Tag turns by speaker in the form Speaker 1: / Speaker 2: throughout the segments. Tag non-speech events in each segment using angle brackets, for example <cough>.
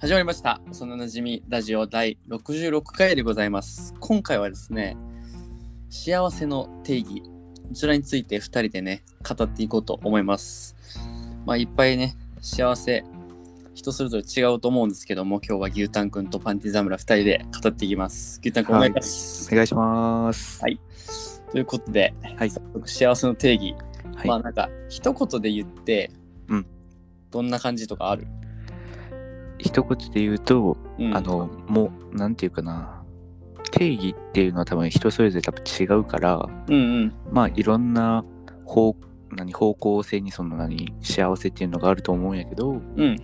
Speaker 1: 始まりました。そのなじみラジオ第66回でございます。今回はですね、幸せの定義、こちらについて2人でね、語っていこうと思います。まあ、いっぱいね、幸せ、人それぞれ違うと思うんですけども、今日は牛タンくんとパンティザムラ2人で語っていきます。牛タンくんお願いします。
Speaker 2: お願いします。
Speaker 1: はいということで、
Speaker 2: はい
Speaker 1: 早速幸せの定義、
Speaker 2: はい
Speaker 1: まあなんか、一言で言って、
Speaker 2: うん
Speaker 1: どんな感じとかある、
Speaker 2: 一言で言うと、
Speaker 1: うん
Speaker 2: あ、の、もう、なんていうかな、定義っていうのは多分人それぞれ多分違うから、
Speaker 1: うんうん。
Speaker 2: まあいろんな方何方向性にその何幸せっていうのがあると思うんやけど、
Speaker 1: うん。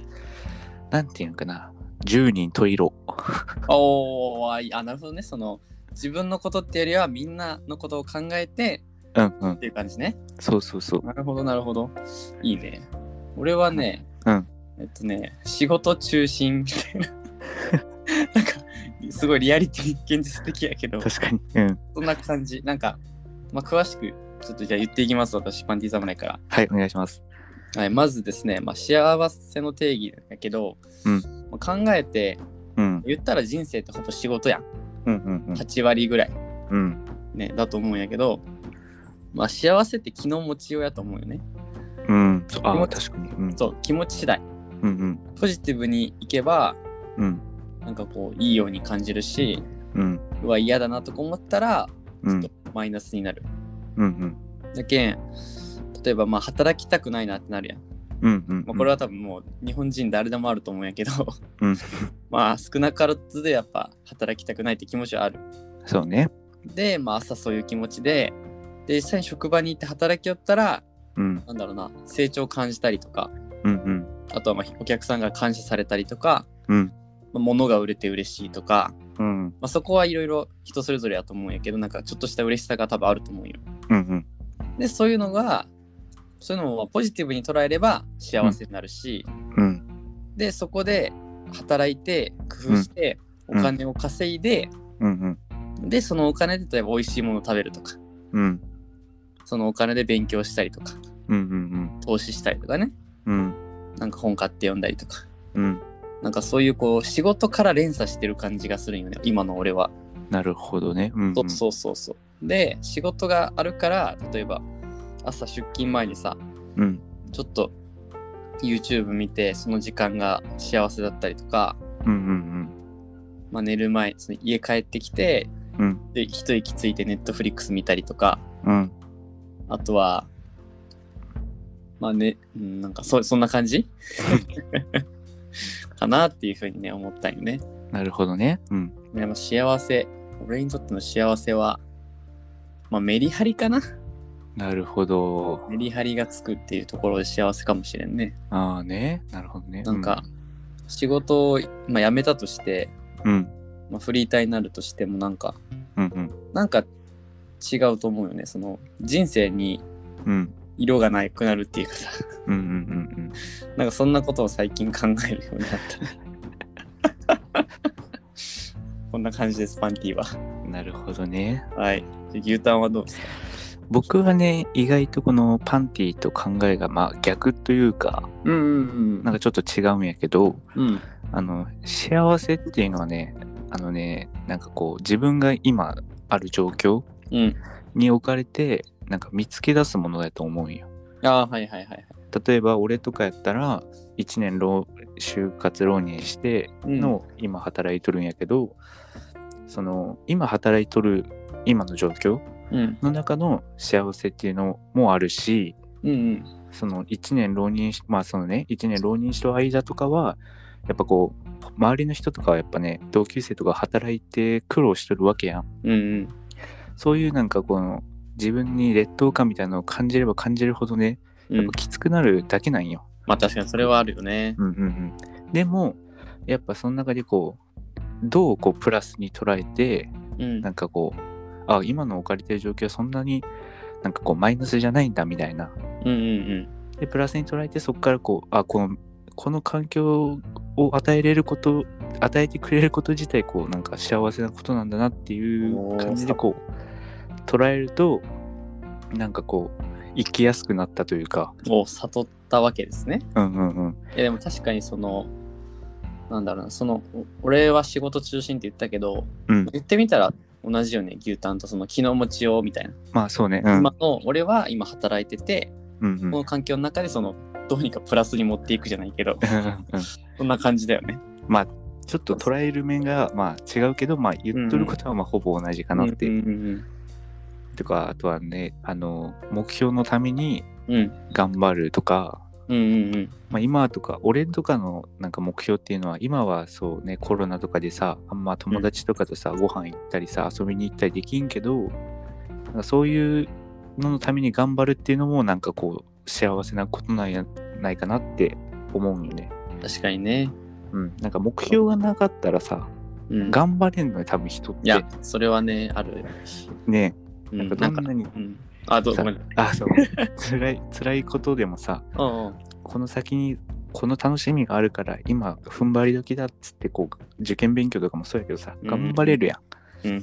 Speaker 2: なんていうのかな、十人十色。
Speaker 1: <laughs> おーあいあなるほどねその自分のことってよりはみんなのことを考えて
Speaker 2: うんうん
Speaker 1: っ、ていう感じね
Speaker 2: そうそうそう。
Speaker 1: なるほどなるほどいいね俺はね、
Speaker 2: うん
Speaker 1: えっとね仕事中心みたい
Speaker 2: <laughs>
Speaker 1: ななんかすごいリアリティ現実的やけど
Speaker 2: 確かに。うん。
Speaker 1: そんな感じなんか、まあ、詳しくちょっとじゃあ言っていきます私パンティー侍から
Speaker 2: はい、お願いします。
Speaker 1: はい、まずですね、まあ、幸せの定義だけど、
Speaker 2: うん
Speaker 1: まあ考えて
Speaker 2: うん。
Speaker 1: 言ったら人生ってほぼ仕事やん
Speaker 2: うんうん
Speaker 1: 8割ぐらい
Speaker 2: うん。うん。
Speaker 1: ね、だと思うんやけど、まあ、幸せって気の持ちようやと思うよね。
Speaker 2: うん。そうあ
Speaker 1: も
Speaker 2: あ、確かに。うん。
Speaker 1: そう、気持ち次第。
Speaker 2: うんうん。
Speaker 1: ポジティブにいけば、
Speaker 2: うん。
Speaker 1: なんかこう、いいように感じるし、
Speaker 2: うん。
Speaker 1: うわ、嫌だなとか思ったら、
Speaker 2: う
Speaker 1: ちょっ
Speaker 2: ん
Speaker 1: と。マイナスになる。
Speaker 2: うんうん。
Speaker 1: だけん、例えば、まあ、働きたくないなってなるやん。
Speaker 2: うんうん。
Speaker 1: まあ、これは多分もう、日本人誰でもあると思うんやけど、
Speaker 2: うん
Speaker 1: <laughs> まあ、少なからずでやっぱ、働きたくないって気持ちはある。
Speaker 2: そうね。
Speaker 1: で、まあ、朝そういう気持ちで、で、実際に職場に行って働きよったら、
Speaker 2: うん。
Speaker 1: なんだろうな、成長を感じたりとか、
Speaker 2: うんうん。
Speaker 1: あとはまあお客さんが感謝されたりとか、
Speaker 2: うん
Speaker 1: まあ、物が売れて嬉しいとか、
Speaker 2: うん。
Speaker 1: まあ、そこはいろいろ人それぞれやと思うんやけどなんかちょっとした嬉しさが多分あると思うよ。
Speaker 2: うんうん。
Speaker 1: でそういうのがそういうのもポジティブに捉えれば幸せになるし、
Speaker 2: うん。
Speaker 1: でそこで働いて工夫してお
Speaker 2: うん
Speaker 1: 金を稼いで、
Speaker 2: うん
Speaker 1: でそのお金で例えば美味しいものを食べるとか
Speaker 2: うん。うん。
Speaker 1: そのお金で勉強したりとか
Speaker 2: うんうん
Speaker 1: 投資したりとかね
Speaker 2: うん。うん。
Speaker 1: なんか本買って読んだりとか
Speaker 2: うん。
Speaker 1: なんかそういうこう仕事から連鎖してる感じがするんよね今の俺は。
Speaker 2: なるほどね。うん。
Speaker 1: そうそうそうそう。で、仕事があるから、例えば朝出勤前にさ、
Speaker 2: うん。
Speaker 1: ちょっと YouTube 見て、その時間が幸せだったりとか、
Speaker 2: うんうん
Speaker 1: まあ、寝る前、その家帰ってきて、
Speaker 2: うん
Speaker 1: で一息ついて Netflix 見たりとか、
Speaker 2: うん。うん。
Speaker 1: あとは、まあね、うんなんかそそんな感じ <laughs> かなっていうふうにね、思ったんよね。
Speaker 2: なるほどね。うん。
Speaker 1: でも幸せ、俺にとっての幸せは、まあメリハリかな
Speaker 2: なるほど。
Speaker 1: メリハリがつくっていうところで幸せかもしれんね。
Speaker 2: ああね。なるほどね。
Speaker 1: なんか、仕事を、まあ、辞めたとして、
Speaker 2: うん。
Speaker 1: まあ、フリーターになるとしてもなんか
Speaker 2: うんうん。
Speaker 1: なんか違うと思うよねその人生に
Speaker 2: うん。
Speaker 1: 色がなくなるっていうかさ <laughs>
Speaker 2: うんうんうん
Speaker 1: なんかそんなことを最近考えるようになったね <laughs> こんな感じですパンティは
Speaker 2: うん。なるほどね。
Speaker 1: はいで牛タンはどうですか
Speaker 2: 僕はね、意外とこのパンティと考えがまあ逆というか、
Speaker 1: うんうん
Speaker 2: なんかちょっと違うんやけど、
Speaker 1: うん
Speaker 2: あの、幸せっていうのはね、あのね、なんかこう、自分が今ある状況
Speaker 1: うん
Speaker 2: に置かれて、なんか見つけ出すものだと思うんよ。
Speaker 1: ああーはいはいはいはい
Speaker 2: 例えば俺とかやったら1年労就活浪人しての今働いとるんやけど、その今働いとる今の状況
Speaker 1: うん
Speaker 2: の中の幸せっていうのもあるし
Speaker 1: うんうん
Speaker 2: その1年浪人しまあそのね1年浪人した間とかはやっぱこう周りの人とかはやっぱね同級生とか働いて苦労しとるわけやん
Speaker 1: うんうん
Speaker 2: そういうなんかこの自分に劣等感みたいなのを感じれば感じるほどね
Speaker 1: う
Speaker 2: や
Speaker 1: ん
Speaker 2: っぱきつくなるだけなんよ、
Speaker 1: まあ確かにそれはあるよね
Speaker 2: うんうんうん、でもやっぱその中でこうどうこうプラスに捉えて
Speaker 1: うん
Speaker 2: なんかこうあ今の置かれてる状況はそんなになんかこうマイナスじゃないんだみたいな
Speaker 1: うんうん
Speaker 2: でプラスに捉えてそこからこうあこのこの環境を与えれること与えてくれること自体こうなんか幸せなことなんだなっていう感じでこう捉えるとなんかこう生きやすくなったというか
Speaker 1: うんを悟ったわけですね
Speaker 2: うんうんうん
Speaker 1: いやでも確かにそのなんだろうなそのお俺は仕事中心って言ったけど
Speaker 2: うん。
Speaker 1: 言ってみたら同じよね牛タンとその気の持ちようみたいな、
Speaker 2: まあそうね。うん。
Speaker 1: 今の俺は今働いてて、
Speaker 2: うんうん。
Speaker 1: こ
Speaker 2: うん
Speaker 1: の環境の中でそのどうにかプラスに持っていくじゃないけど <laughs>
Speaker 2: うん
Speaker 1: そんな感じだよね
Speaker 2: ちょっと捉える面がまあ違うけど、まあ言っとることはまあほぼ同じかなって。
Speaker 1: うんうん
Speaker 2: とか、あとはね、あの、目標のために
Speaker 1: うんうん
Speaker 2: 頑張るとか、
Speaker 1: うんうんうん
Speaker 2: まあ、今とか俺とかのなんか目標っていうのは今はそうねコロナとかでさあんま友達とかとさ、ご飯行ったりさ遊びに行ったりできんけどなんかそういうののために頑張るっていうのもなんかこう幸せなことなんやないかなって思うんよね。
Speaker 1: 確かにね、
Speaker 2: うん、なんか目標がなかったらさ
Speaker 1: うん、
Speaker 2: 頑張れんのよ多分人っ
Speaker 1: いや
Speaker 2: て
Speaker 1: それはねある
Speaker 2: ね
Speaker 1: う
Speaker 2: なん
Speaker 1: ん
Speaker 2: か
Speaker 1: な
Speaker 2: ど
Speaker 1: んか
Speaker 2: んなに
Speaker 1: うんあどう
Speaker 2: さ
Speaker 1: ごめん
Speaker 2: あそう <laughs> 辛い辛いことでもさ
Speaker 1: うんうん
Speaker 2: この先にこの楽しみがあるから今踏ん張り時だっつってこう受験勉強とかもそうやけどさ
Speaker 1: うん
Speaker 2: 頑張れるやん。
Speaker 1: うん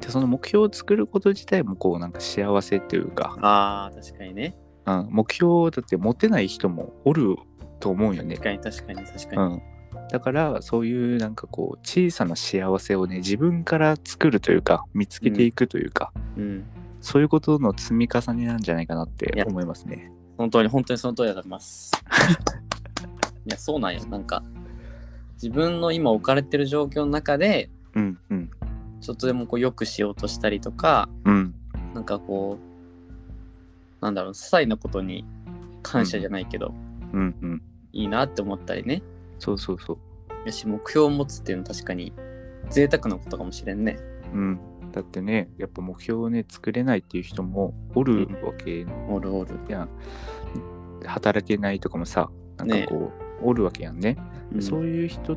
Speaker 2: でその目標を作ること自体もこうなんか幸せというか、
Speaker 1: あー確かにね
Speaker 2: うん、目標だって持てない人もおると思うよね
Speaker 1: 確。かに確かに確か
Speaker 2: う
Speaker 1: に、
Speaker 2: ん、だからそういうなんかこう小さな幸せをね自分から作るというか見つけていくというか、
Speaker 1: うん、
Speaker 2: そういうことの積み重ねなんじゃないかなって思いますね。
Speaker 1: 本当に本当にその通りだと思い
Speaker 2: <laughs>
Speaker 1: ます。いや、そうなんよ。なんか、自分の今置かれてる状況の中で、
Speaker 2: うんうん
Speaker 1: ちょっとでもこう良くしようとしたりとか、
Speaker 2: うん
Speaker 1: なんかこう、なんだろう、些細なことに感謝じゃないけど、
Speaker 2: うんうん
Speaker 1: いいなって思ったりね。
Speaker 2: そうそうそう。
Speaker 1: よし、目標を持つっていうのは確かに贅沢なことかもしれんね。
Speaker 2: うん、だってねやっぱ目標をね作れないっていう人もおるわけ
Speaker 1: おるおる。
Speaker 2: やん、働けないとかもさなんかこう、おるわけやんね、
Speaker 1: うん
Speaker 2: そういう人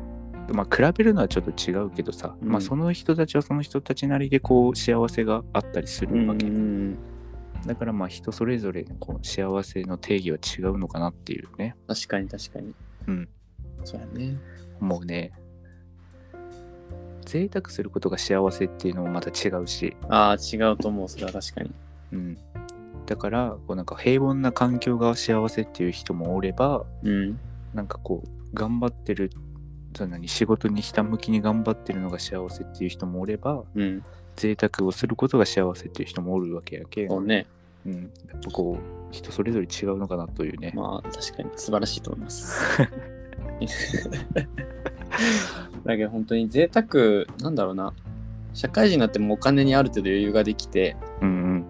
Speaker 2: まあ比べるのはちょっと違うけどさ、
Speaker 1: うん
Speaker 2: まあその人たちはその人たちなりでこう幸せがあったりす
Speaker 1: うん
Speaker 2: る
Speaker 1: う
Speaker 2: わ
Speaker 1: ん
Speaker 2: け、
Speaker 1: うん、
Speaker 2: だからまあ人それぞれこう幸せの定義は違うのかなっていうね
Speaker 1: 確かに確かに。
Speaker 2: うん。
Speaker 1: そうやね。
Speaker 2: 思うね贅沢することが幸せっていうのもまた違うし、
Speaker 1: ああ、違うと思う。それは確かに。
Speaker 2: うん、だからこうなんか平凡な環境が幸せっていう人もおれば
Speaker 1: うん。
Speaker 2: なんかこう頑張ってるそんなに仕事にひたむきに頑張ってるのが幸せっていう人もおれば
Speaker 1: うん。
Speaker 2: 贅沢をすることが幸せっていう人もおるわけやけん、
Speaker 1: そうね。
Speaker 2: うん、やっぱこう人それぞれ違うのかなというね、
Speaker 1: まあ確かに素晴らしいと思い
Speaker 2: <laughs>
Speaker 1: ます。だけど本当に贅沢なんだろうな社会人になってもお金にある程度余裕ができて
Speaker 2: うん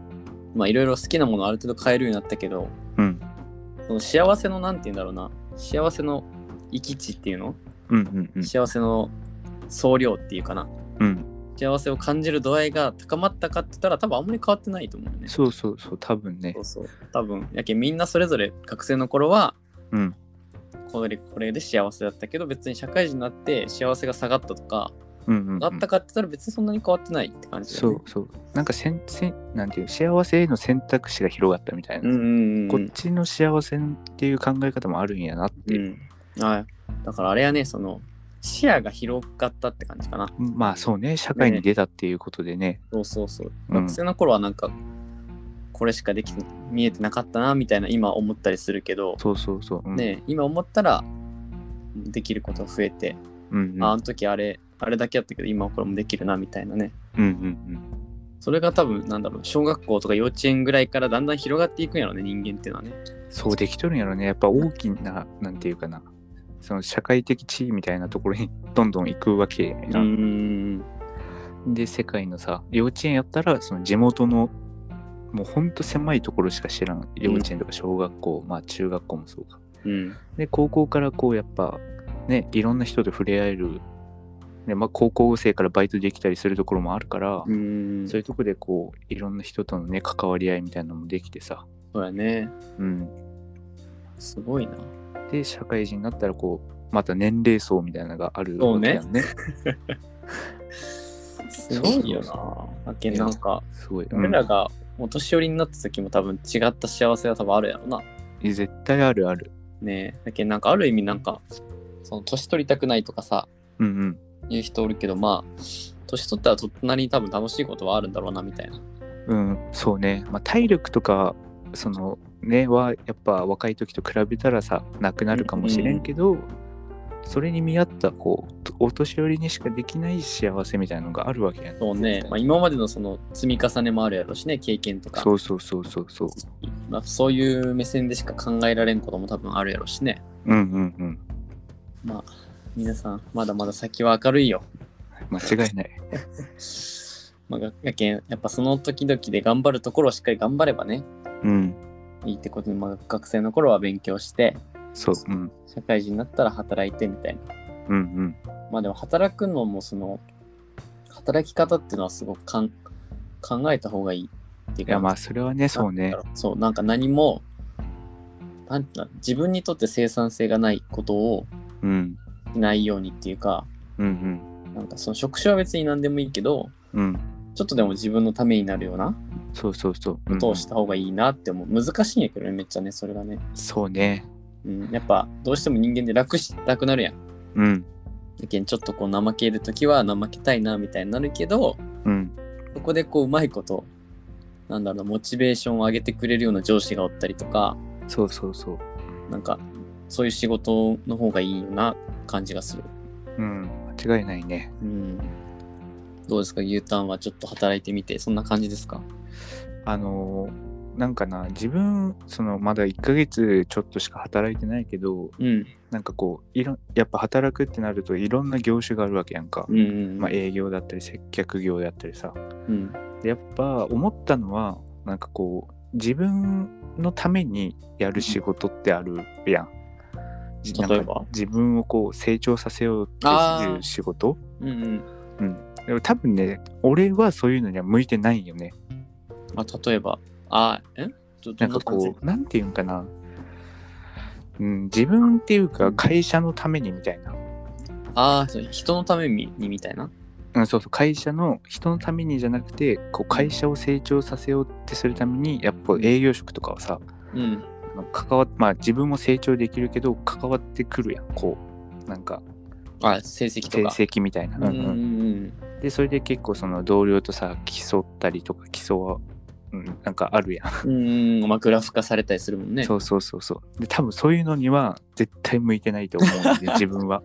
Speaker 1: まあいろいろ好きなものある程度買えるようになったけど
Speaker 2: うんうん
Speaker 1: その幸せのなんて言うんだろうな幸せの域値っていうの、
Speaker 2: うんうんうん
Speaker 1: 幸せの総量っていうかな
Speaker 2: うん
Speaker 1: 幸せを感じる度合いが高まったかって言ったら多分あんまり変わってないと思うよね。
Speaker 2: そうそうそう多分ね
Speaker 1: そうそう多分やけんみんなそれぞれ学生の頃は
Speaker 2: うん
Speaker 1: これこれで幸せだったけど別に社会人になって幸せが下がったとか
Speaker 2: うんうんうん
Speaker 1: 上がったかって言ったら別にそんなに変わってないって感じだ
Speaker 2: そ
Speaker 1: よ
Speaker 2: う
Speaker 1: ね。
Speaker 2: そうなんかせんせんなんていう幸せへの選択肢が広がったみたいな、
Speaker 1: うんうんう
Speaker 2: こっ
Speaker 1: ん
Speaker 2: ちの幸せっていう考え方もあるんやなって
Speaker 1: う
Speaker 2: いう、
Speaker 1: ん。はい。だからあれやねその視野が広がったって感じかな。
Speaker 2: まあそうね社会に出たっていうことでね
Speaker 1: そうそうそう。
Speaker 2: うん
Speaker 1: 学生の頃はなんかこれしかでき見えてなかったなみたいな今思ったりするけど、
Speaker 2: そうそうそう、うん、
Speaker 1: ね今思ったらできることが増えて、
Speaker 2: うんうん
Speaker 1: ああの時あれあれだけやったけど今はこれもできるなみたいなね。
Speaker 2: うんうん
Speaker 1: それが多分なんだろう小学校とか幼稚園ぐらいからだんだん広がっていくんやろね人間っていうのはね
Speaker 2: うんそうできとるんやろねやっぱ大きななんていうかなその社会的地位みたいなところに <laughs> どんどん行くわけや
Speaker 1: うーん
Speaker 2: で世界のさ幼稚園やったらその地元のもうほんと狭いところしか知らん幼稚園とか小学校、まあ中学校もそうか
Speaker 1: うん
Speaker 2: で高校からこうやっぱねいろんな人と触れ合える、ねまあ、高校生からバイトできたりするところもあるから、
Speaker 1: うーん
Speaker 2: そう
Speaker 1: そ
Speaker 2: いうとこでこういろんな人とのね関わり合いみたいなのもできてさ、
Speaker 1: うやね
Speaker 2: うん、
Speaker 1: すごいな
Speaker 2: で社会人になったらこうまた年齢層みたいなのがある
Speaker 1: そうね
Speaker 2: わけやんね
Speaker 1: すごいよ
Speaker 2: そう
Speaker 1: なだけどなんか
Speaker 2: すごい、うん
Speaker 1: 俺らがお年寄りになった時も多分違った幸せが多分あるやろな
Speaker 2: 絶対あるある
Speaker 1: ねえだけどなんかある意味なんかその年取りたくないとかさ
Speaker 2: うんうん
Speaker 1: 言う人おるけどまあ年取ったら隣に多分楽しいことはあるんだろうなみたいな
Speaker 2: うん、そうね、まあ、体力とかそのねはやっぱ若い時と比べたらさなくなるかもしれんけど、それに見合ったこうお年寄りにしかできない幸せみたいなのがあるわけやん
Speaker 1: そうね
Speaker 2: 絶、対
Speaker 1: まあ、今までのその積み重ねもあるやろしね、経験とか。
Speaker 2: そうそうそうそうそう
Speaker 1: まあ、そういう目線でしか考えられんことも多分あるやろしね。
Speaker 2: うんうんうん
Speaker 1: まあ、皆さん、まだまだ先は明るいよ。
Speaker 2: 間違いない
Speaker 1: まあ、がやけん、やっぱその時々で頑張るところをしっかり頑張ればね、
Speaker 2: うん
Speaker 1: いいってことで、まあ、学生の頃は勉強して、
Speaker 2: そううん
Speaker 1: 社会人になったら働いてみたいな。
Speaker 2: うんうん
Speaker 1: まあでも働くのもその、働き方っていうのはすごくかん考えた方がいいっていう
Speaker 2: い
Speaker 1: か、
Speaker 2: やまあそれはねそうね
Speaker 1: そう、なんか何も、なんていうの自分にとって生産性がないことを
Speaker 2: うん
Speaker 1: しないようにっていうか、
Speaker 2: うん
Speaker 1: なんかその職種は別に何でもいいけど、
Speaker 2: うんうん
Speaker 1: ちょっとでも自分のためになるような
Speaker 2: そうそうそう、うんう
Speaker 1: こ
Speaker 2: ん
Speaker 1: とをした方がいいなって思う。難しいんやけどね、めっちゃね、それがね。
Speaker 2: そうね
Speaker 1: うん、やっぱどうしても人間で楽したくなるやん。
Speaker 2: うん
Speaker 1: だけんちょっとこう怠けるときは怠けたいなみたいになるけど、
Speaker 2: うん
Speaker 1: そこでこううまいこと、なんだろうな、モチベーションを上げてくれるような上司がおったりとか、
Speaker 2: そうそうそう
Speaker 1: なんかそういう仕事の方がいいよな感じがする。
Speaker 2: うん間違いないね
Speaker 1: うん。どうですか、U ターンはちょっと働いてみて、そんな感じですか
Speaker 2: あのーなんかな自分そのまだ1ヶ月ちょっとしか働いてないけど
Speaker 1: うん。
Speaker 2: なんかこういろんやっぱ働くってなるといろんな業種があるわけやんか、
Speaker 1: うんうん。
Speaker 2: まあ、営業だったり接客業だったりさ
Speaker 1: うん。
Speaker 2: でやっぱ思ったのはなんかこう自分のためにやる仕事ってあるやん。じ
Speaker 1: 例えば
Speaker 2: なんか自分をこう成長させようっていう仕事
Speaker 1: うんうん。
Speaker 2: でも多分ね俺はそういうのには向いてないよね。
Speaker 1: まあ、例えば、あ、えちょ
Speaker 2: な
Speaker 1: ど
Speaker 2: ん
Speaker 1: ん
Speaker 2: か
Speaker 1: な感じ
Speaker 2: こうなんていうんかな、うん、自分っていうか会社のためにみたいな。
Speaker 1: ああ、そう人のためにみたいな。
Speaker 2: うん、そうそう会社の人のためにじゃなくてこう会社を成長させようってするためにやっぱ営業職とかはさ
Speaker 1: うん。
Speaker 2: あの関わっまあ自分も成長できるけど関わってくるやんこうなんか
Speaker 1: あ、成績
Speaker 2: 成
Speaker 1: とか。
Speaker 2: 績みたいな、
Speaker 1: うん
Speaker 2: う
Speaker 1: うんん
Speaker 2: うん
Speaker 1: うん。
Speaker 2: でそれで結構その同僚とさ競ったりとか競う、うん、なんかあるやん、
Speaker 1: うんうん、まあ、グラフ化されたりするもんね。
Speaker 2: そうそうそうそうで多分そういうのには絶対向いてないと思う
Speaker 1: <laughs>
Speaker 2: んで自分は、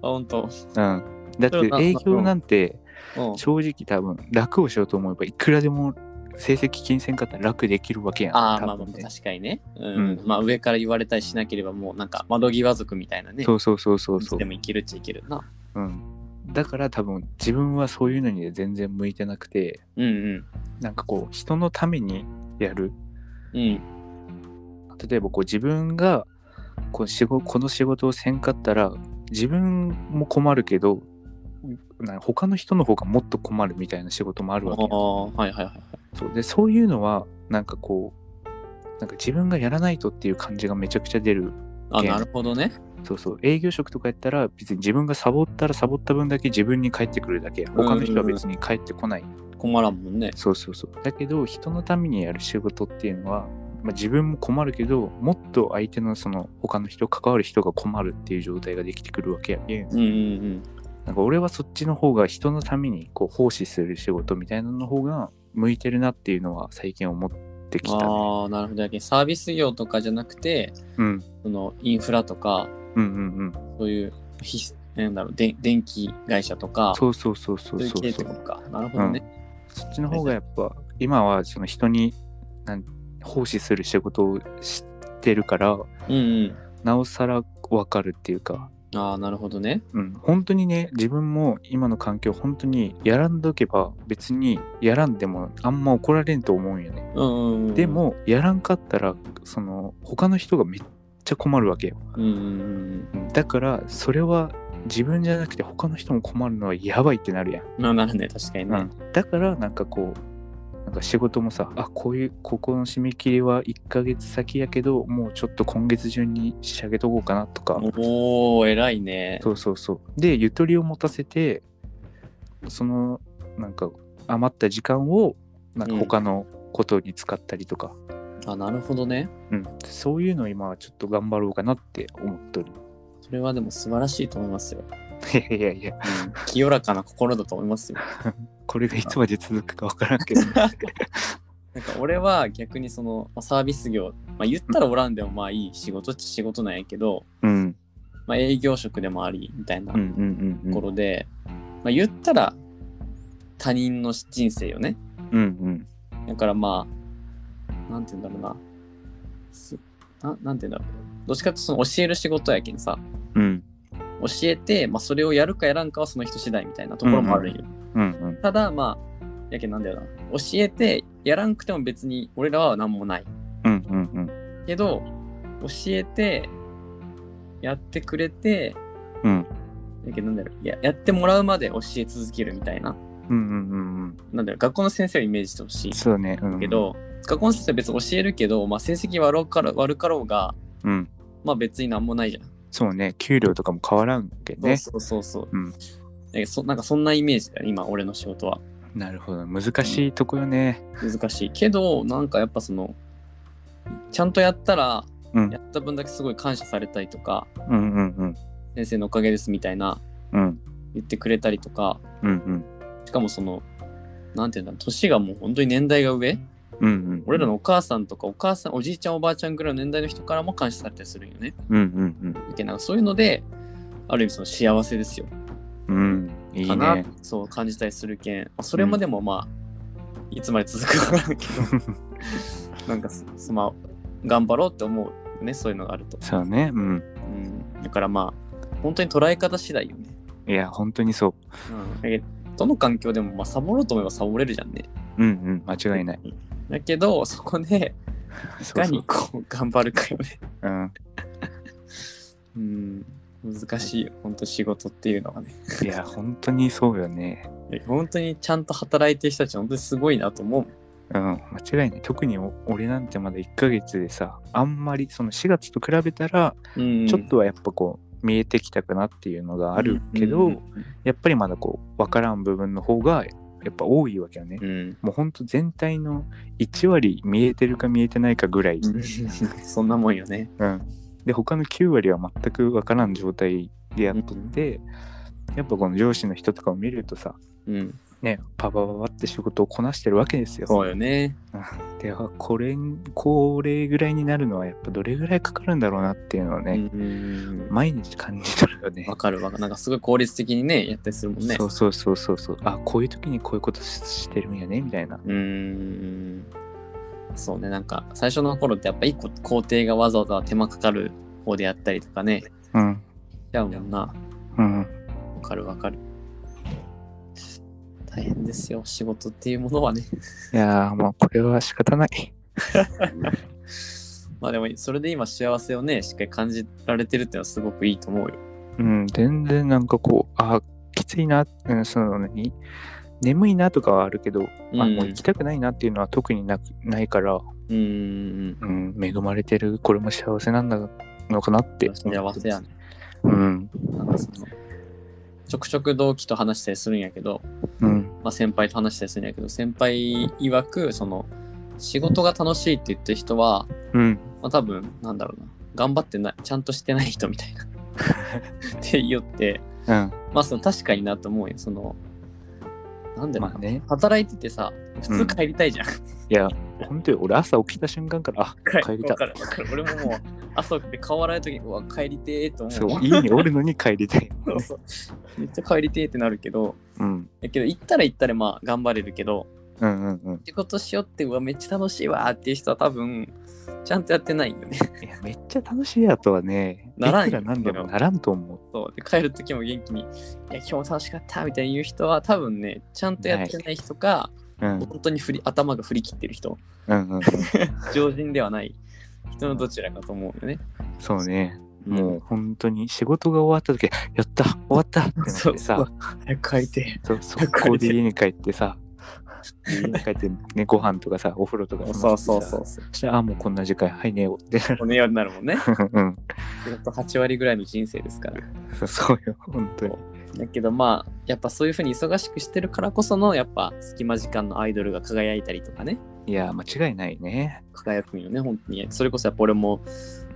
Speaker 1: あ、本当。
Speaker 2: うん、だっ
Speaker 1: それ
Speaker 2: て
Speaker 1: は
Speaker 2: 営業なんて
Speaker 1: うん。
Speaker 2: 正直多分楽をしようと思えばいくらでも成績金銭かったら楽できるわけやん
Speaker 1: ああ、ま
Speaker 2: 多
Speaker 1: あまあ、
Speaker 2: 分ね
Speaker 1: 確かにね。うん。
Speaker 2: うん
Speaker 1: まあ、上から言われたりしなければ、もうなんか窓際族みたいなね。
Speaker 2: そううそうそうそうそう
Speaker 1: でもいけるっちゃいけるな。
Speaker 2: うん、だから多分自分はそういうのに全然向いてなくて
Speaker 1: うんうん。
Speaker 2: なんかこう人のためにやる
Speaker 1: うん。
Speaker 2: 例えばこう自分がこう仕事この仕事をせんかったら自分も困るけどなんか他の人の方がもっと困るみたいな仕事もある
Speaker 1: あ
Speaker 2: わ
Speaker 1: あ
Speaker 2: けよ
Speaker 1: ー、はいはいはいはい。
Speaker 2: そうでそういうのはなんかこうなんか自分がやらないとっていう感じがめちゃくちゃ出る
Speaker 1: あ、
Speaker 2: OK
Speaker 1: なるほどね。
Speaker 2: そうそう営業職とかやったら別に自分がサボったらサボった分だけ自分に返ってくるだけ他の人は別に返ってこない
Speaker 1: 困らんもんね。
Speaker 2: そうそうそう。だけど人のためにやる仕事っていうのは、まあ、自分も困るけどもっと相手のその他の人関わる人が困るっていう状態ができてくるわけやけん
Speaker 1: うんうん
Speaker 2: なんか俺はそっちの方が人のためにこう奉仕する仕事みたいなのの方が向いてるなっていうのは最近思って
Speaker 1: う
Speaker 2: き
Speaker 1: ん。
Speaker 2: た、ね
Speaker 1: ああ、なるほど。やけんサービス業とかじゃなくて、
Speaker 2: うん、
Speaker 1: そのインフラとか、
Speaker 2: うんうんうん
Speaker 1: そういう必須、なんだろう、で電気会社とか、
Speaker 2: そうそうそうそう
Speaker 1: そういう
Speaker 2: そ
Speaker 1: 系
Speaker 2: う
Speaker 1: って
Speaker 2: そ
Speaker 1: こと
Speaker 2: う
Speaker 1: か。なるほどね。
Speaker 2: そっちの方がやっぱ今はその人になん奉仕する仕事をしてるから
Speaker 1: うんうん。
Speaker 2: なおさら分かるっていうか
Speaker 1: ああ、なるほどね。
Speaker 2: うん、本当にね自分も今の環境本当にやらんどけば別にやらんでもあんま怒られんと思うんよね、
Speaker 1: うんうんうん。
Speaker 2: で、もやらんかったらその他の人がめっちゃ困るわけよ
Speaker 1: うんうんうん
Speaker 2: うんだからそれは自分じゃなくて他の人も困るのはやばいってなるやん、
Speaker 1: うん。まあなるね、確かに
Speaker 2: う
Speaker 1: ね。
Speaker 2: ん、だからなんかこうなんか仕事もさあこういうここの締め切りは1ヶ月先やけどもうちょっと今月中に仕上げとこうかなとか、
Speaker 1: おお、偉いね。
Speaker 2: そうそうそう。で、ゆとりを持たせて、その、なんか、余った時間を、なんか
Speaker 1: うん
Speaker 2: 他のことに使ったりとか、
Speaker 1: あ、なるほどね。
Speaker 2: うん、そういうのを今はちょっと頑張ろうかなって思っとる。
Speaker 1: それはでも素晴らしいと思いますよ。
Speaker 2: <laughs> いやいやいや、
Speaker 1: うん、清らかな心だと思いますよ。
Speaker 2: これがいつまで続くかわからん
Speaker 1: <laughs>
Speaker 2: けど。
Speaker 1: なんか俺は逆にそのまあサービス業、まあ、言ったらおらんでもまあいい仕事っちゃ仕事なんやけど、
Speaker 2: うん、
Speaker 1: まあ、営業職でもありみたいな
Speaker 2: うんう
Speaker 1: と
Speaker 2: んうんう
Speaker 1: こ
Speaker 2: ん
Speaker 1: ろで、まあ、言ったら他人の人生よね
Speaker 2: うんうん
Speaker 1: だからまあなんて言うんだろうなすななんて言うんだろうどっちかっていうとその教える仕事やけんさ
Speaker 2: うん
Speaker 1: 教えて、まあ、それをやるかやらんかはその人次第みたいなところもあるんよ、
Speaker 2: うんうん
Speaker 1: ただまあやけんなんだよな教えてやらんくても別に俺らは何もない
Speaker 2: うんうんうん
Speaker 1: けど教えてやってくれて
Speaker 2: うん
Speaker 1: だけどなんだろうややってもらうまで教え続けるみたいな
Speaker 2: うんうんうんうん
Speaker 1: なんだろう学校の先生をイメージしてほしい
Speaker 2: そうねうん
Speaker 1: けど、学校の先生は別に教えるけど、まあ、成績悪かろ悪かろうが、
Speaker 2: うん
Speaker 1: まあ、別になんもないじゃん、
Speaker 2: そうね給料とかも変わらんけどね
Speaker 1: そうそうそうそう
Speaker 2: うん
Speaker 1: だけどそなんかそんなイメージだよ今俺の仕事は
Speaker 2: なるほど難しいとこよね
Speaker 1: 難しいけどなんかやっぱそのちゃんとやったら
Speaker 2: うん
Speaker 1: やった分だけすごい感謝されたりとか、
Speaker 2: うんうんうん
Speaker 1: 先生のおかげですみたいな
Speaker 2: うん
Speaker 1: 言ってくれたりとか
Speaker 2: うんうん
Speaker 1: しかもその、なんていうんだろう、年がもう本当に年代が上、
Speaker 2: うんうん
Speaker 1: 俺らのお母さんとかお母さん、おじいちゃん、おばあちゃんぐらいの年代の人からも感謝されたりするんよね。
Speaker 2: うんうん
Speaker 1: だけどなんかそういうので、ある意味その幸せですよ。
Speaker 2: うんうんいい
Speaker 1: かな
Speaker 2: ね
Speaker 1: そう感じたりするけん。まあそれまでもまあ、いつまで続くかわから
Speaker 2: <laughs>
Speaker 1: んけど、なんかそ、そまあ、頑張ろうって思うね、そういうのがあると。
Speaker 2: そうねうん
Speaker 1: うん、だからまあ、本当に捉え方次第よね。
Speaker 2: いや本当にそ
Speaker 1: うん、だけどどの環境でも、まあ、サボろうと思えばサボれるじゃんね。
Speaker 2: ううんうん間違いない
Speaker 1: だけど、そこで、い
Speaker 2: そ
Speaker 1: か
Speaker 2: うそ
Speaker 1: に
Speaker 2: う
Speaker 1: <laughs> こう頑張るかよね。
Speaker 2: うん
Speaker 1: うん、難しいよ、本当仕事っていうのはね。
Speaker 2: いや本当にそうよね
Speaker 1: 本当にちゃんと働いてる人たち、本当にすごいなと思
Speaker 2: うん、間違いない。特にお俺なんてまだ1ヶ月でさ、あんまりその4月と比べたら、
Speaker 1: う。うん、
Speaker 2: ちょっとはやっぱこう、見えてきたかなっていうのがあるけど、
Speaker 1: うん
Speaker 2: やっぱりまだこう、分からん部分の方がやっぱ多いわけよね。
Speaker 1: うん、
Speaker 2: もうほんと全体の1割見えてるか見えてないかぐらい。
Speaker 1: うん <laughs> そんなもんよね。
Speaker 2: うん、で、他の9割は全く分からん状態でやっとって、やっぱこの上司の人とかを見るとさ、
Speaker 1: うん、
Speaker 2: ね、パパパパって仕事をこなしてるわけですよ。
Speaker 1: そうよね。
Speaker 2: ではこれこれぐらいになるのはやっぱどれぐらいかかるんだろうなっていうのを
Speaker 1: う
Speaker 2: ね、
Speaker 1: ん、
Speaker 2: 毎日感じ取るよね
Speaker 1: わかるわかる。なんかすごい効率的にね、やったりするもんね。
Speaker 2: そうそうそうそうそうあこういう時にこういうことししてるんやねみたいな
Speaker 1: うん。そうね、なんか最初の頃ってやっぱ一個工程がわざわざ手間かかる方でやったりとかね。
Speaker 2: うん
Speaker 1: ちゃうもんな。
Speaker 2: うん
Speaker 1: わかるわかる。大変ですよ、仕事っていうものはね。 <laughs>
Speaker 2: いやーもうこれは仕方ない
Speaker 1: まあでも、それで今幸せをね、しっかり感じられてるっていうのはすごくいいと思うよ。
Speaker 2: うん全然なんかこうあきついな、うん、その何眠いなとかはあるけど、あ
Speaker 1: うん
Speaker 2: もう行きたくないなっていうのは特になくないから、
Speaker 1: うーん。
Speaker 2: うん、恵まれてるこれも幸せなんだのかなって
Speaker 1: 幸せやね。
Speaker 2: うん
Speaker 1: なんかその、ちょくちょく同期と話したりするんやけど、
Speaker 2: うん
Speaker 1: まあ先輩と話したりするんやけど、先輩曰く、その、仕事が楽しいって言ってる人は、
Speaker 2: うん
Speaker 1: まあ多分、なんだろうな、頑張ってない、ちゃんとしてない人みたい <laughs> な。って言って、
Speaker 2: うん
Speaker 1: まあその確かになと思うよ。その、なんだろう
Speaker 2: ま
Speaker 1: な、
Speaker 2: あね
Speaker 1: 働いててさ、普通帰りたいじゃん。
Speaker 2: いや、本当に俺朝起きた瞬間から、あ、帰りた
Speaker 1: わかるわかる俺ももう、朝起きて顔洗うときに、うわ、帰りてーと思う。
Speaker 2: そう、家におるのに帰りたい。
Speaker 1: そうそうめっちゃ帰りてーってなるけど、
Speaker 2: うん。
Speaker 1: だけど行ったら行ったらまあ頑張れるけど、
Speaker 2: うんうんうん。
Speaker 1: 仕事しよって、うわ、めっちゃ楽しいわーっていう人は多分、ちゃんとやってないよね。 <laughs>
Speaker 2: いや、めっちゃ楽しいやとはね、
Speaker 1: ならんよ
Speaker 2: いくらなんでもならんと思う。
Speaker 1: そうで帰るときも元気に、いや、今日も楽しかったみたいに言う人は多分ね、ちゃんとやってない人か、
Speaker 2: うん。うん
Speaker 1: 本当に振り頭が振り切ってる人。
Speaker 2: うんうん。
Speaker 1: 常人ではない人のどちらかと思うよね。
Speaker 2: そうね。もう本当に仕事が終わった時、やった終わったってなって
Speaker 1: そう
Speaker 2: さ、
Speaker 1: 早く帰って。
Speaker 2: そう、そこで家に帰ってさ、家に帰ってね、ご飯とかさ、お風呂とか済
Speaker 1: そ
Speaker 2: ま
Speaker 1: う
Speaker 2: せ
Speaker 1: そ
Speaker 2: てさ
Speaker 1: うそう。そ
Speaker 2: そしたら、あ、もうこんな時間、はい、寝ようって。
Speaker 1: う。寝ようになるもんね。
Speaker 2: うん。
Speaker 1: 仕事8割ぐらいの人生ですから。
Speaker 2: そうそうよ、本当に。
Speaker 1: だけどまあ、やっぱそういうふうに忙しくしてるからこその、やっぱ隙間時間のアイドルが輝いたりとかね。
Speaker 2: いや、間違いないね。
Speaker 1: 輝くんよね、本当に。それこそやっぱ俺も、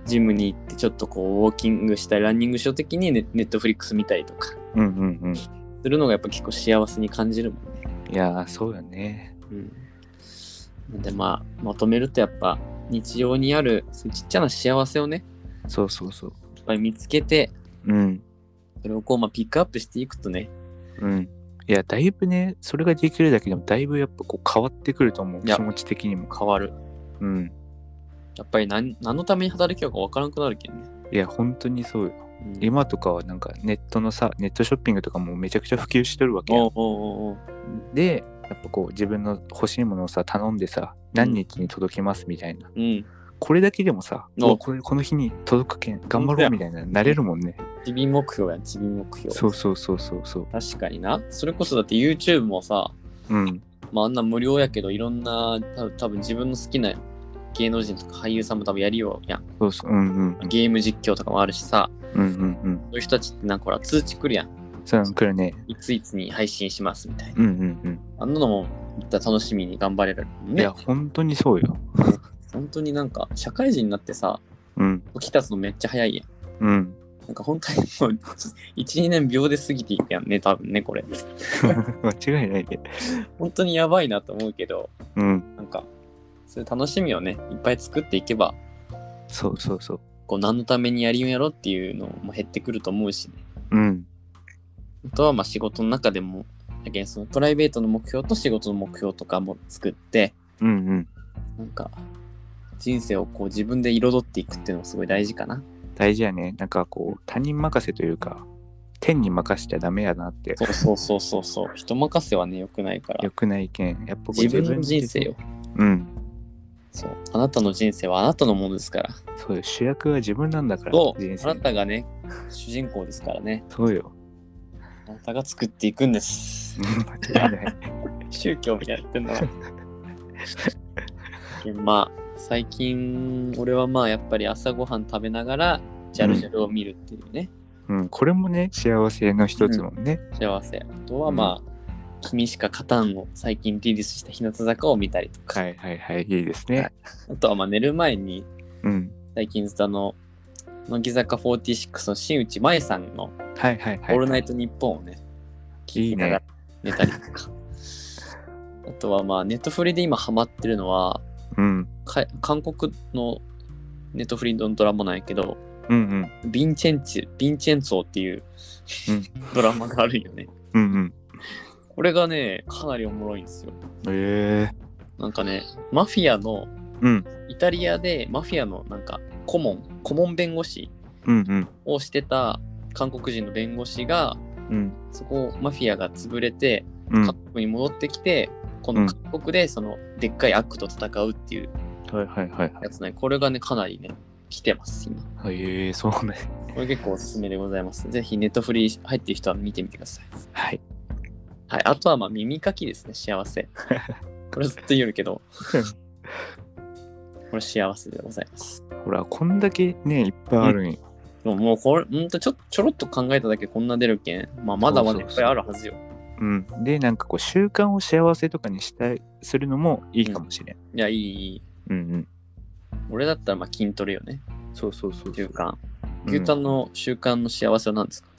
Speaker 1: ジムに行ってちょっとこうウォーキングしたりランニングしようときにネネットフリックス見たりとか
Speaker 2: うんうんうん。
Speaker 1: するのがやっぱ結構幸せに感じるもんね。
Speaker 2: いやー、そうよね。
Speaker 1: うん、なんでまあまとめるとやっぱ日常にあるそういうちっちゃな幸せをね
Speaker 2: そうそうそう。
Speaker 1: やっぱり見つけて
Speaker 2: うん。
Speaker 1: それをこう、まあ、ピックアップしていくとね、
Speaker 2: うん。いや、だいぶね、それができるだけでも、だいぶやっぱこう変わってくると思う。
Speaker 1: いや
Speaker 2: 気持ち的にも。
Speaker 1: 変わる。
Speaker 2: うん。
Speaker 1: やっぱり何何のために働きようか分からなくなるけんね。
Speaker 2: いや、本当にそうよ。
Speaker 1: うん
Speaker 2: 今とかはなんかネットのさ、ネットショッピングとかもめちゃくちゃ普及してるわけやん
Speaker 1: おうおうおうおう
Speaker 2: で、やっぱこう自分の欲しいものをさ、頼んでさ、何日に届きますみたいな。
Speaker 1: うん。
Speaker 2: これだけでもさ、
Speaker 1: お
Speaker 2: うわこれこの日に届くけん、頑
Speaker 1: 本
Speaker 2: 張
Speaker 1: 当
Speaker 2: ろ
Speaker 1: や
Speaker 2: うみたいな、なれるもんね。
Speaker 1: 自備目標や、自備目標。
Speaker 2: そうそうそうそうそう。
Speaker 1: 確かにな。それこそだって YouTube もさ、
Speaker 2: うん。
Speaker 1: まあ、あんな無料やけど、いろんな、た多分自分の好きな芸能人とか俳優さんも多分やりようやん。
Speaker 2: そうそう。うんうん。
Speaker 1: ゲーム実況とかもあるしさ、
Speaker 2: うんうんうん。
Speaker 1: そういう人たちってなんかほら、通知来るやん。
Speaker 2: そうなの来るね。
Speaker 1: いついつに配信しますみたいな。
Speaker 2: うんうん
Speaker 1: あんなのも、いったら楽しみに頑張れるも
Speaker 2: うんん。
Speaker 1: ね。
Speaker 2: いや、本当にそうよ。
Speaker 1: 本当になんか、社会人になってさ、
Speaker 2: うん。
Speaker 1: 起きたつのめっちゃ早いやん。
Speaker 2: うん。 <laughs>
Speaker 1: なんか本当にもう、1、2年秒で過ぎていくやんね、多分ね、これ。
Speaker 2: 間違いないで。
Speaker 1: 本当にやばいなと思うけど、
Speaker 2: うん。
Speaker 1: なんか、そういう楽しみをね、いっぱい作っていけば、
Speaker 2: そうそうそう。
Speaker 1: こう、何のためにやりようやろっていうのも減ってくると思うし、ね、
Speaker 2: うん。
Speaker 1: あとはまあ仕事の中でも、やけんそのプライベートの目標と仕事の目標とかも作って、
Speaker 2: うんうん。
Speaker 1: なんか、人生をこう自分で彩っていくっていうのもすごい大事かな。
Speaker 2: 大事やね。なんかこう、他人任せというか、天に任せちゃダメやなって。
Speaker 1: そうそうそうそうそう。 <laughs> 人任せはね、良くないから
Speaker 2: よ。くないけん。やっぱこう
Speaker 1: 自分の人生。
Speaker 2: で
Speaker 1: よ。
Speaker 2: うん。
Speaker 1: そう。あなたの人生はあなたのものですから。
Speaker 2: そうよ。主役は自分なんだから。
Speaker 1: そう。
Speaker 2: 人
Speaker 1: あなた
Speaker 2: 生。
Speaker 1: がね、主人公ですからね。
Speaker 2: そうよ。
Speaker 1: あなたが作っていくんです
Speaker 2: う。ん間違い <laughs> ない。
Speaker 1: 宗教みたいになってんだな。 <laughs> まあ、最近、俺はまあ、やっぱり朝ごはん食べながら、ジャルジャルを見るっていうね、
Speaker 2: うん。これもね、幸せの一つもね。
Speaker 1: 幸せ。あとはまあ、君しか勝たんを最近リリースした日向坂を見たりとか、
Speaker 2: はいはいはい。いいですね。
Speaker 1: あとはまあ、寝る前に、
Speaker 2: うん。
Speaker 1: 最近ずっとあの、乃木坂46の新内麻衣さんの
Speaker 2: はいは
Speaker 1: 「
Speaker 2: い
Speaker 1: オ
Speaker 2: は
Speaker 1: ール
Speaker 2: い。
Speaker 1: ナイトニッポン」をね、
Speaker 2: いい
Speaker 1: なが
Speaker 2: ね
Speaker 1: ら。寝たりとか。あとはまあ、ネットフリで今ハマってるのは、
Speaker 2: うん。
Speaker 1: か韓国のネットフリのドラマなんやけど、
Speaker 2: うんうん。
Speaker 1: ヴィンチェンチ、ヴィンチェンツォっていう、
Speaker 2: うん
Speaker 1: ドラマがあるんよね。
Speaker 2: うんうん。
Speaker 1: これがね、かなりおもろいんですよ。
Speaker 2: ええ。
Speaker 1: なんかね、マフィアの、
Speaker 2: うん。
Speaker 1: イタリアでマフィアのなんか顧問、顧問弁護士
Speaker 2: うんうん。
Speaker 1: をしてた韓国人の弁護士が、
Speaker 2: うん。
Speaker 1: そこをマフィアが潰れて、
Speaker 2: うん。は
Speaker 1: 韓国に戻ってきて、こ
Speaker 2: う
Speaker 1: の
Speaker 2: ん
Speaker 1: 韓国でそのでっかい悪と戦うっていう
Speaker 2: いはいはいは
Speaker 1: やつね、これがね、かなりね、来てます、今。
Speaker 2: い。ええ、そうね。
Speaker 1: これ結構おすすめでございます。ぜひネットフリー入ってる人は見てみてください。
Speaker 2: はい。
Speaker 1: はい、あとはまあ耳かきですね、幸
Speaker 2: <laughs>
Speaker 1: せ。これずっと言えるけど、これ幸せでございます。
Speaker 2: ほら、こんだけね、いっぱいあるんよ。
Speaker 1: でももうこれ、ほんとちょちょろっと考えただけでこんな出るけん、まあ、まだまだいっぱいあるはずよ。
Speaker 2: うん。で、なんかこう、習慣を幸せとかにしたい、するのもいいかもしれん。
Speaker 1: いや、いいいい。
Speaker 2: うんうん。
Speaker 1: 俺だったらまあ筋トレよね、
Speaker 2: そうそうそう
Speaker 1: 習慣。
Speaker 2: うん
Speaker 1: 牛タンの習慣の幸せは何ですか、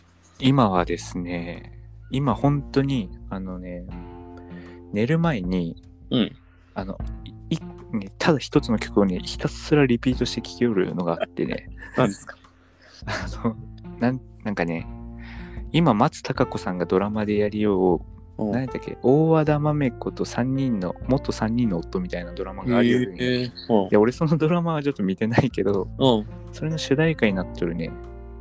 Speaker 2: 今はですね、今本当に、あのね、寝る前に、
Speaker 1: うん
Speaker 2: あの、いいねただ一つの曲をね、ひたすらリピートして聴きよるのがあってね、
Speaker 1: <laughs> 何ですか
Speaker 2: あの、なんなんかね、今、松たか子さんがドラマでやりよ
Speaker 1: う
Speaker 2: う、
Speaker 1: ん
Speaker 2: 何だっけ、大和田豆子と3人の、元3人の夫みたいなドラマがありよるんよ、い
Speaker 1: えー、うん
Speaker 2: や、俺そのドラマはちょっと見てないけど、
Speaker 1: うん。
Speaker 2: それの主題歌になってるね、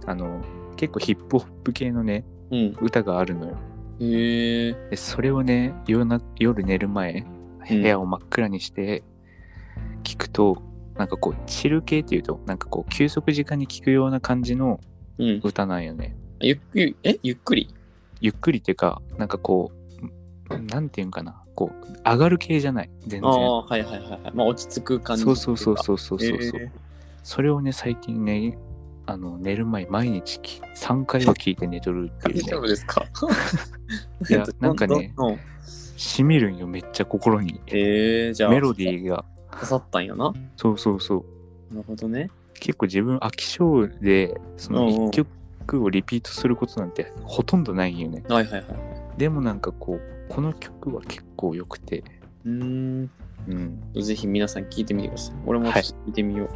Speaker 2: あの、結構ヒップホップ系のね、
Speaker 1: うん。
Speaker 2: 歌があるのよ。
Speaker 1: えー、
Speaker 2: でそれをね夜な夜寝る前部屋を真っ暗にして聞くと、なんかこうチル系っていうとなんかこう休息時間に聞くような感じの
Speaker 1: うん。
Speaker 2: 歌なんよね
Speaker 1: ゆっくり、えゆっくり
Speaker 2: ゆっくりっていうかなんかこうんなんていうんかなこう上がる系じゃない全
Speaker 1: あ
Speaker 2: 然
Speaker 1: あ、はいはいはいはい。まあ落ち着く感じ
Speaker 2: そうそうそうそうそうそうそう、
Speaker 1: えー
Speaker 2: それをね最近ねあの寝る前毎日き3回は聞いて寝とるってい
Speaker 1: 大
Speaker 2: う
Speaker 1: 丈夫
Speaker 2: ね
Speaker 1: ですか
Speaker 2: いやなんかね。
Speaker 1: どどどん
Speaker 2: しみるんよめっちゃ心に
Speaker 1: えー、じゃあ、
Speaker 2: メロディーが
Speaker 1: 刺さったんやな。な
Speaker 2: そうそうそう
Speaker 1: るほどね。
Speaker 2: 結構自分飽き性でその
Speaker 1: うんうん
Speaker 2: 一曲をリピートすることなんてほとんどないんよね、
Speaker 1: はいはいはい。
Speaker 2: でもなんかこうこの曲は結構良くて
Speaker 1: うーん。
Speaker 2: うん
Speaker 1: ぜひ皆さん聞いてみてください。俺も
Speaker 2: はい
Speaker 1: 聞いてみよう。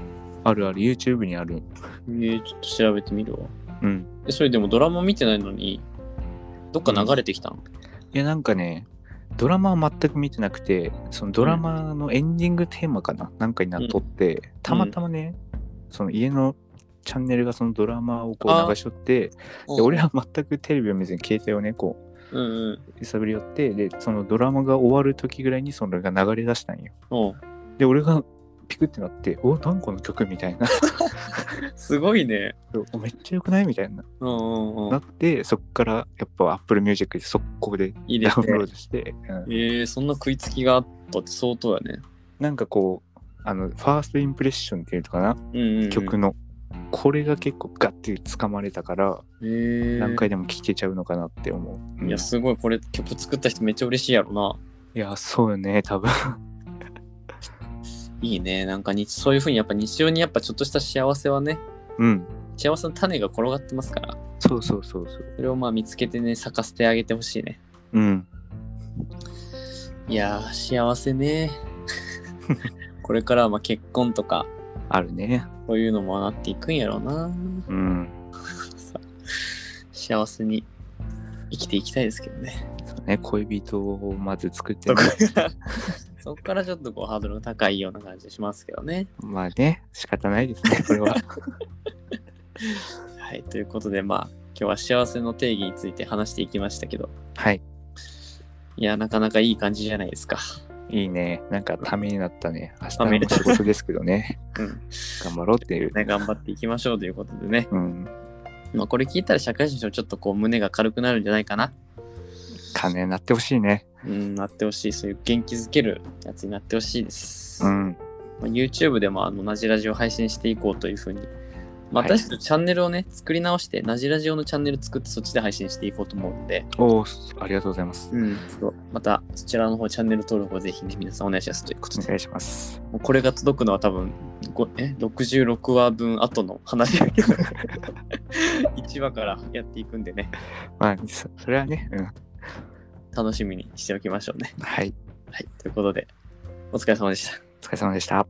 Speaker 2: あるある YouTube にある
Speaker 1: えー、ちょっと調べてみるわ。
Speaker 2: うん
Speaker 1: えそれでもドラマ見てないのに、どっか流れてきたの、
Speaker 2: いや、なんかね、ドラマは全く見てなくて、そのドラマのエンディングテーマかな、なんかになっとって、たまたまね、その家のチャンネルがそのドラマをこ
Speaker 1: あ
Speaker 2: う流しとって、で俺は全くテレビを見ずに携帯をね、こ
Speaker 1: うんうん。
Speaker 2: う揺さぶり寄って、で、そのドラマが終わる時ぐらいにそれが流れ出したんよ。
Speaker 1: おう
Speaker 2: で、俺がピクってなって、お、なんこの曲みたいな、 <laughs>
Speaker 1: すごいね。
Speaker 2: おめっちゃよくないみたいな、
Speaker 1: うんうんう
Speaker 2: なんっ。て、そっからやっぱ Apple Music で速攻で
Speaker 1: いいで
Speaker 2: ダ
Speaker 1: す
Speaker 2: ウン
Speaker 1: ね。
Speaker 2: ロードして、うん
Speaker 1: えー、そんな食いつきがあったって相当やね。
Speaker 2: なんかこう、あの、ファーストインプレッションっていうのかな、
Speaker 1: うんうん、うん。
Speaker 2: 曲の、これが結構ガッて掴まれたから、
Speaker 1: えー、
Speaker 2: 何回でも聴けちゃうのかなって思う。うん
Speaker 1: いや、すごい。これ曲作った人めっちゃ嬉しいやろな。
Speaker 2: いやそうよね、多分。 <laughs>
Speaker 1: いいね。なんかに、そういうふうにやっぱ日常にやっぱちょっとした幸せはね、
Speaker 2: うん。
Speaker 1: 幸せの種が転がってますから、
Speaker 2: そうそうそうそう。
Speaker 1: それをまあ見つけてね、咲かせてあげてほしいね。
Speaker 2: うん。
Speaker 1: いやー、幸せ
Speaker 2: <laughs>
Speaker 1: ね。これからはまあ結婚とか、
Speaker 2: あるね。
Speaker 1: こういうのもなっていくんやろうな。
Speaker 2: うん。
Speaker 1: 幸せに生きていきたいですけどね。
Speaker 2: そうね、恋人をまず作って
Speaker 1: そ
Speaker 2: ね
Speaker 1: こ。から、 <laughs> そこからちょっとこうハードルの高いような感じしますけどね。
Speaker 2: まあね、仕方ないですね、
Speaker 1: <laughs>
Speaker 2: これは。
Speaker 1: はい、ということでまあ、今日は幸せの定義について話していきましたけど、
Speaker 2: はい。
Speaker 1: いや、なかなかいい感じじゃないですか。
Speaker 2: いいね。なんかためになったね。明日
Speaker 1: ために
Speaker 2: の仕事ですけどね。
Speaker 1: うん。
Speaker 2: <laughs> 頑張ろうっていう。
Speaker 1: ね、頑張っていきましょうということでね。
Speaker 2: うん。
Speaker 1: まあ、これ聞いたら社会人としてもちょっとこう胸が軽くなるんじゃないかな。
Speaker 2: 金になってほしいね。
Speaker 1: うん、なってほしい。そういう元気づけるやつになってほしいです。
Speaker 2: う
Speaker 1: ま
Speaker 2: ん。
Speaker 1: あ、YouTube でもあのナジラジを配信していこうというふうに。まあ、
Speaker 2: はい
Speaker 1: 私たちチャンネルをね、作り直して、ナジラジオのチャンネル作ってそっちで配信していこうと思うので、
Speaker 2: おーありがとうございます。
Speaker 1: うん、またそちらの方チャンネル登録をぜひね、皆さんお願いしますということ
Speaker 2: お
Speaker 1: で、
Speaker 2: 願いします。
Speaker 1: もうこれが届くのは多分、ごえ66話分後の話だけど、1話からやっていくんでね、
Speaker 2: まあ、そそれはね、うん。
Speaker 1: 楽しみにしておきましょうね。
Speaker 2: はい。
Speaker 1: はい、ということで、お疲れ様でした。
Speaker 2: お疲れ様でした。